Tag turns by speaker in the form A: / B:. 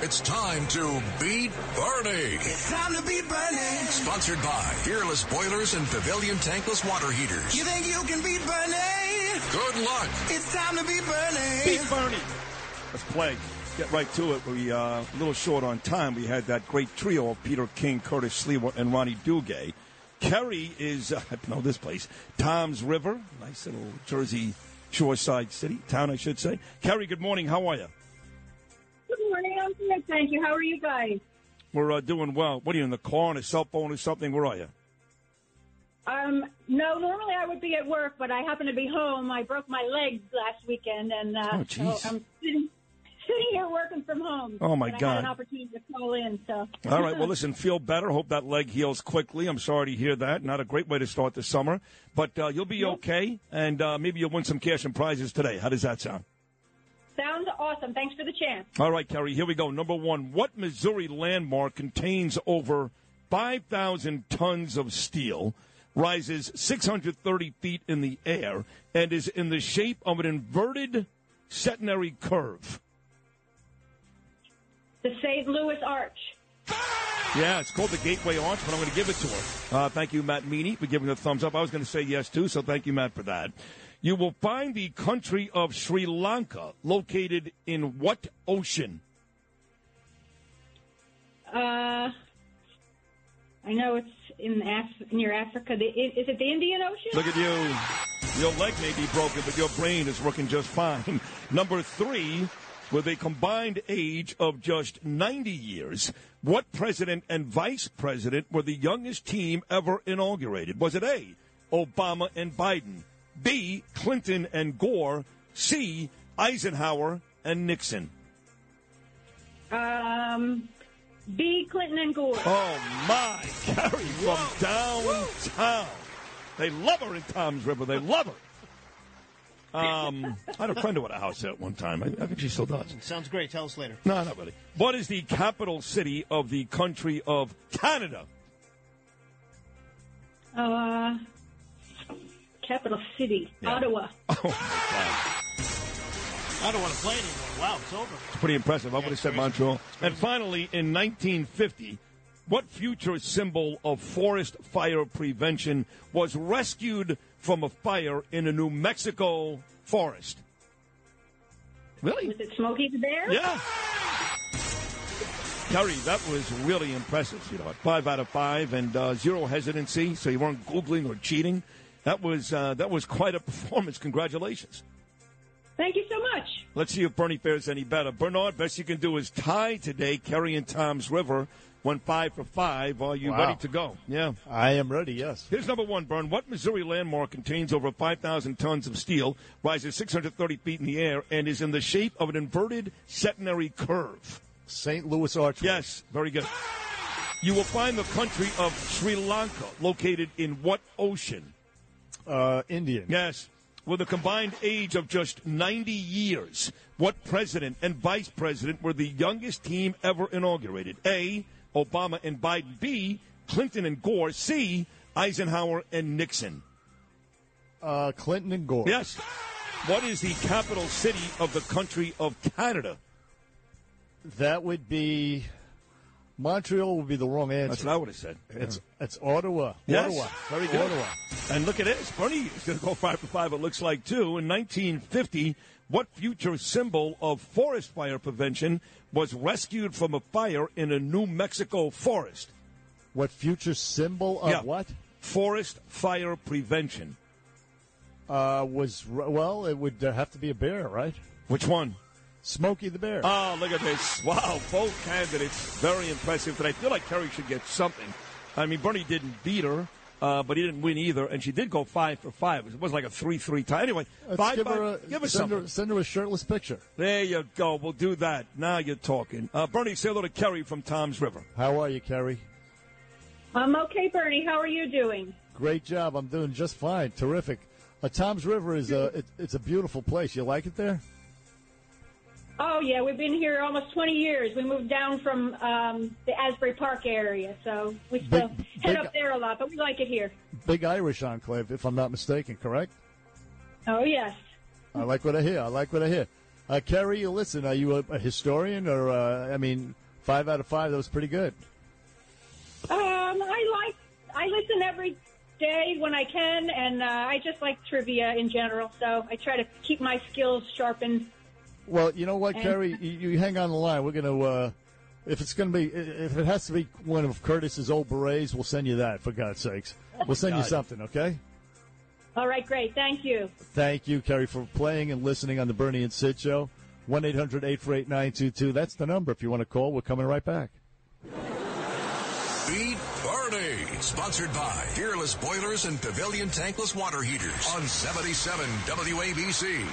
A: It's time to beat Bernie.
B: It's time to beat Bernie.
A: Sponsored by Fearless Boilers and Pavilion Tankless Water Heaters.
B: You think you can beat Bernie?
A: Good luck.
B: It's time to beat Bernie.
C: Beat Bernie. Let's play. Get right to it. We uh, a little short on time. We had that great trio of Peter King, Curtis Slewa, and Ronnie Dugay. Kerry is uh, I know this place. Tom's River, nice little Jersey shoreside city town, I should say. Kerry, good morning. How are you?
D: Good morning. I'm good, thank you. How are you guys?
C: We're uh, doing well. What are you in the car on a cell phone or something? Where are you?
D: Um, no, normally I would be at work, but I happen to be home. I broke my leg last weekend, and uh,
C: Oh, jeez.
D: so I'm sitting, sitting here working from home.
C: Oh, my
D: But I
C: God.
D: had an opportunity to call in, so
C: All right. Well, listen. Feel better. Hope that leg heals quickly. I'm sorry to hear that. Not a great way to start the summer, but uh, you'll be okay, and uh, maybe you'll win some cash and prizes today. How does that sound?
D: sounds awesome. Thanks for the chance.
C: All right, Kerry. Here we go. Number one. What Missouri landmark contains over 5,000 tons of steel, rises 630 feet in the air, and is in the shape of an inverted centenary curve?
D: The St. Louis Arch.
C: Yeah, it's called the Gateway Arch, but I'm going to give it to her. Uh, thank you, Matt Meany, for giving the thumbs up. I was going to say yes, too, so thank you, Matt, for that. You will find the country of Sri Lanka located in what ocean?
D: Uh, I know it's in Af- near Africa. The, i- is it the Indian Ocean?
C: Look at you. Your leg may be broken, but your brain is working just fine. Number three, with a combined age of just 90 years, what president and vice president were the youngest team ever inaugurated? Was it A, Obama and Biden, B, Clinton and Gore, C, Eisenhower and Nixon?
D: Um, B. Clinton and Gore.
C: Oh my, Carrie from downtown. They love her in Tom's River. They love her. Um, I had a friend who had a house there at one time. I, I think she still does.
E: Sounds great. Tell us later.
C: No, not really. What is the capital city of the country of Canada?
D: Uh, capital city,
C: Yeah.
D: Ottawa.
C: Oh my God,
E: I don't want to play anymore. Wow, it's over.
C: it's pretty impressive. I would have
E: it's
C: said
E: crazy.
C: Montreal. And finally, in 1950, what future symbol of forest fire prevention was rescued from a fire in a New Mexico forest? Really?
D: Was it Smokey the Bear?
C: Yeah. Terry, that was really impressive, sweetheart. Five out of five and uh, zero hesitancy, so you weren't googling or cheating. That was uh, that was quite a performance. Congratulations.
D: Thank you so much.
C: Let's see if Bernie fares any better. Bernard, best you can do is tie today. Kerry and Tom's River went five for five. Are you
E: Wow.
C: ready to go? Yeah.
E: I am ready. Yes.
C: Here's number one, Bern. What Missouri landmark contains over 5,000 tons of steel, rises 630 feet in the air, and is in the shape of an inverted centenary curve?
E: St. Louis Archway.
C: Yes, very good. You will find the country of Sri Lanka located in what ocean?
E: Uh, Indian.
C: Yes. With a combined age of just 90 years, what president and vice president were the youngest team ever inaugurated? A. Obama and Biden. B. Clinton and Gore. C. Eisenhower and Nixon.
E: Uh, Clinton and Gore.
C: Yes. What is the capital city of the country of Canada?
E: That would be Montreal. Would be the wrong answer.
C: That's what I would have said.
E: It's it's Ottawa.
C: Yes.
E: Ottawa.
C: Very good.
E: Ottawa.
C: And look at this. Bernie is going to go five for five, it looks like, too. In 1950, what future symbol of forest fire prevention was rescued from a fire in a New Mexico forest?
E: What future symbol of
C: Yeah.
E: what?
C: Forest fire prevention.
E: Uh, was well, it would uh, have to be a bear, right?
C: Which one?
E: Smokey the Bear.
C: Oh, look at this. Wow, both candidates. Very impressive. But I feel like Kerry should get something. I mean, Bernie didn't beat her. Uh, but he didn't win either, and she did go five for five. It was like a three-three tie. Anyway,
E: Let's
C: five,
E: give
C: five-
E: her a,
C: give her
E: Uh, send
C: something.
E: her send her a shirtless picture.
C: There you go. We'll do that. Now you're talking. Uh, Bernie, say hello to Kerry from Tom's River.
E: How are you, Kerry?
D: I'm okay, Bernie. How are you doing?
E: Great job. I'm doing just fine. Terrific. Uh, Tom's River is a it, it's a beautiful place. You like it there?
D: Oh yeah, we've been here almost 20 years. We moved down from um, the Asbury Park area, so we still head
E: big-
D: up there a lot, but we like it here.
E: Big Irish enclave, if I'm not mistaken. Correct?
D: Oh yes.
E: I like what I hear. I like what I hear. Uh, Kerry, listen, are you a, a historian or, uh, I mean, five out of five, that was pretty good.
D: Um, I like I listen every day when I can, and uh, I just like trivia in general. So I try to keep my skills sharpened.
E: Well, you know what,
D: And-
E: Kerry? You, you hang on the line. We're going to, uh, if it's going to be, i- if it has to be one of Curtis's old berets, we'll send you that, for God's sakes. We'll send you
C: God.
E: something, okay?
D: All right, great, thank you.
E: Thank you, Kerry, for playing and listening on the Bernie and Sid Show. 1 800 848 922. That's the number if you want to call. We're coming right back.
A: Beat Bernie. Sponsored by Fearless Boilers and Pavilion Tankless Water Heaters on 77 WABC.